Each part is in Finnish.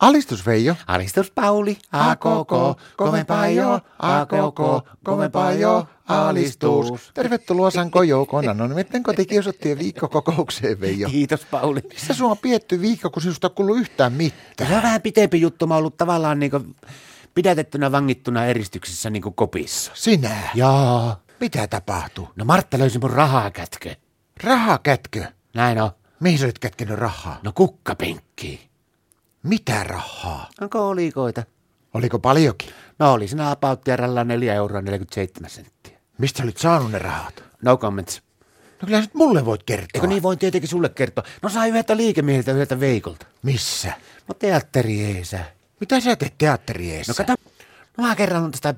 Alistus Veijo. Alistus Pauli, a koko, kovempaa jo, a koko, kovempaa jo, alistus. Tervetuloa Sanko Joukona. No miten kotikiusattiin viikkokokoukseen Veijo? Kiitos Pauli. Missä sua on pietty viikko, kun sinusta ei kuulu yhtään mitään? Tämä on vähän pitempi juttu, mä oon ollut tavallaan niin pidätettynä vangittuna eristyksessä niin kopissa. Sinä? Jaa. Mitä tapahtui? No Martta löysi mun rahaa kätkö. Rahakätkö? Näin on. Mihin sä olit kätkenyt rahaa? No kukkapenkkiin. Mitä rahaa? Onko olikoita? Oliko paljonkin? No oli siinä apauttiaralla 4 euroa 47 senttiä. Mistä olit saanut ne rahat? No comments. No kyllä nyt mulle voit kertoa. Eikö niin voin tietenkin sulle kertoa? No sai yhdeltä liikemieheltä yhdeltä Veikolta. Missä? No teatteri ei saa. Mitä sä teet teatterieessä? No kato, no mä kerran on tästä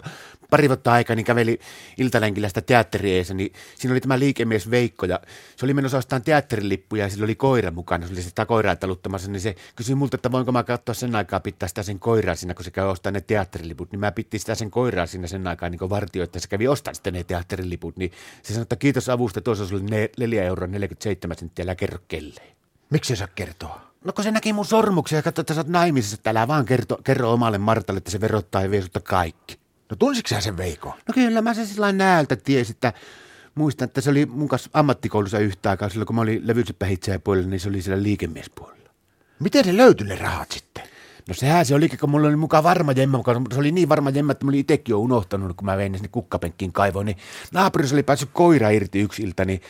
pari vuotta aikaa, niin käveli iltalenkillä sitä teatterieessä, niin siinä oli tämä liikemies Veikko, ja se oli menossa ostamaan teatterilippuja, ja sillä oli koira mukana, se oli sitä koiraa taluttamassa, niin se kysyi multa, että voinko mä katsoa sen aikaa pitää sitä sen koiraa siinä, kun se käy ostamaan ne teatteriliput, niin mä pitti sitä sen koiraa siinä sen aikaa niin vartio, että se kävi ostamaan sitten ne teatteriliput, niin se sanoi, että kiitos avusta, tuossa sulla oli 4 euroa 47 senttiä, älä kerro kelleen. Miksi sä saa kertoa? No kun se näki mun sormuksia ja katsoi, että sä oot naimisissa, että älä vaan kerto, kerro omalle Martalle, että se verottaa ja vie sulta kaikki. No tunsitko sä sen Veikon? No kyllä mä sen sillä näältä tiesin, että muistan, että se oli mun kanssa ammattikoulussa yhtä aikaa silloin, kun mä olin levyseppähitsejä puolella, niin se oli siellä liikemiespuolella. Miten ne löytyi ne rahat sitten? No sehän se olikin, kun mulla oli mukaan varma jemma, mutta se oli niin varma jemma, että mä olin itsekin jo unohtanut, kun mä vein ne sinne kukkapenkkiin kaivoon, niin naapurissa oli päässyt koira irti yksi ilta, niin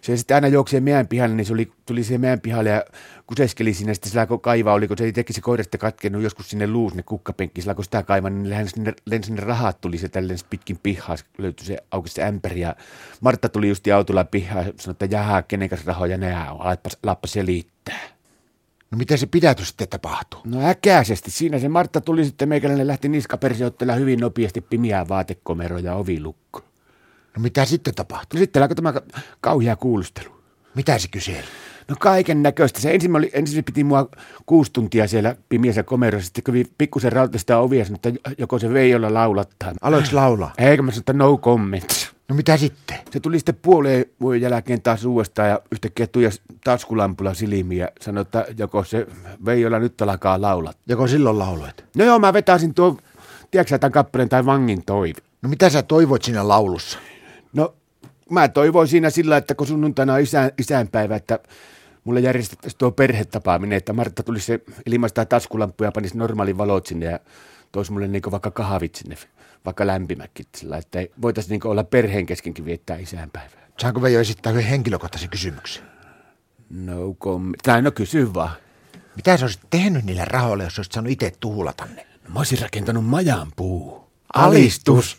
se sitten aina juoksi meidän pihalle, niin se oli, tuli siihen meidän pihalle ja kuseskeli siinä sitten sillä kaivaa, oliko se teki se koirasta katkenut joskus sinne luus sinne kukkapenkki, sillä kun sitä kaivaa, niin hän sinne, lensi sinne rahat tuli se tälleen pitkin pihaa, löytyi se auki se ämpäri ja Martta tuli just autolla pihaa ja sanoi, että jaha, kenen kanssa rahoja nämä on, lappas, lappas selittää. No miten se pidätys sitten tapahtui? No äkäisesti. Siinä se Martta tuli sitten meikäläinen lähti niskapersi ottelemaan hyvin nopeasti pimiä vaatekomeroa ja ovilukko. No mitä sitten tapahtui? No sitten alkoi tämä kauhea kuulustelu. Mitä se kyseli? No kaiken näköistä. Se ensin, oli, ensin se piti mua kuusi tuntia siellä pimiässä komerossa. Sitten kävi pikkusen rautista ovia sanoi, että joko se Veijolla laulattaa. Aloiks laulaa? Eikä mä sanoin, että no comments. No mitä sitten? Se tuli sitten puoleen vuoden jälkeen taas uudestaan ja yhtäkkiä tuija taskulampulla silmiin ja sanoi, että joko se Veijolla nyt alkaa laulaa. Joko silloin lauloit? No joo, mä vetäisin tuon, tiedätkö tämän kappaleen tai vangin toivi. No mitä sä toivoit siinä laulussa? No mä toivoin siinä sillä, että kun sunnuntaina on isän, isänpäivä, että mulle järjestettäisiin tuo perhetapaaminen, että Martta tuli se ilmaistaa taskulampuja ja panisi normaalin valot sinne ja toisi mulle niin vaikka kahvit sinne, vaikka lämpimäkin sillä, että voitaisiin niin olla perheen keskenkin viettää isänpäivää. Saanko Veijo esittää yhden hänkilökohtaisen kysymyksen? No kom... Tai no kysy vaan. Mitä sä olisit tehnyt niillä rahoilla, jos olisit saanut itse tuhlata ne? No, mä olisin rakentanut majan puu. Alistus.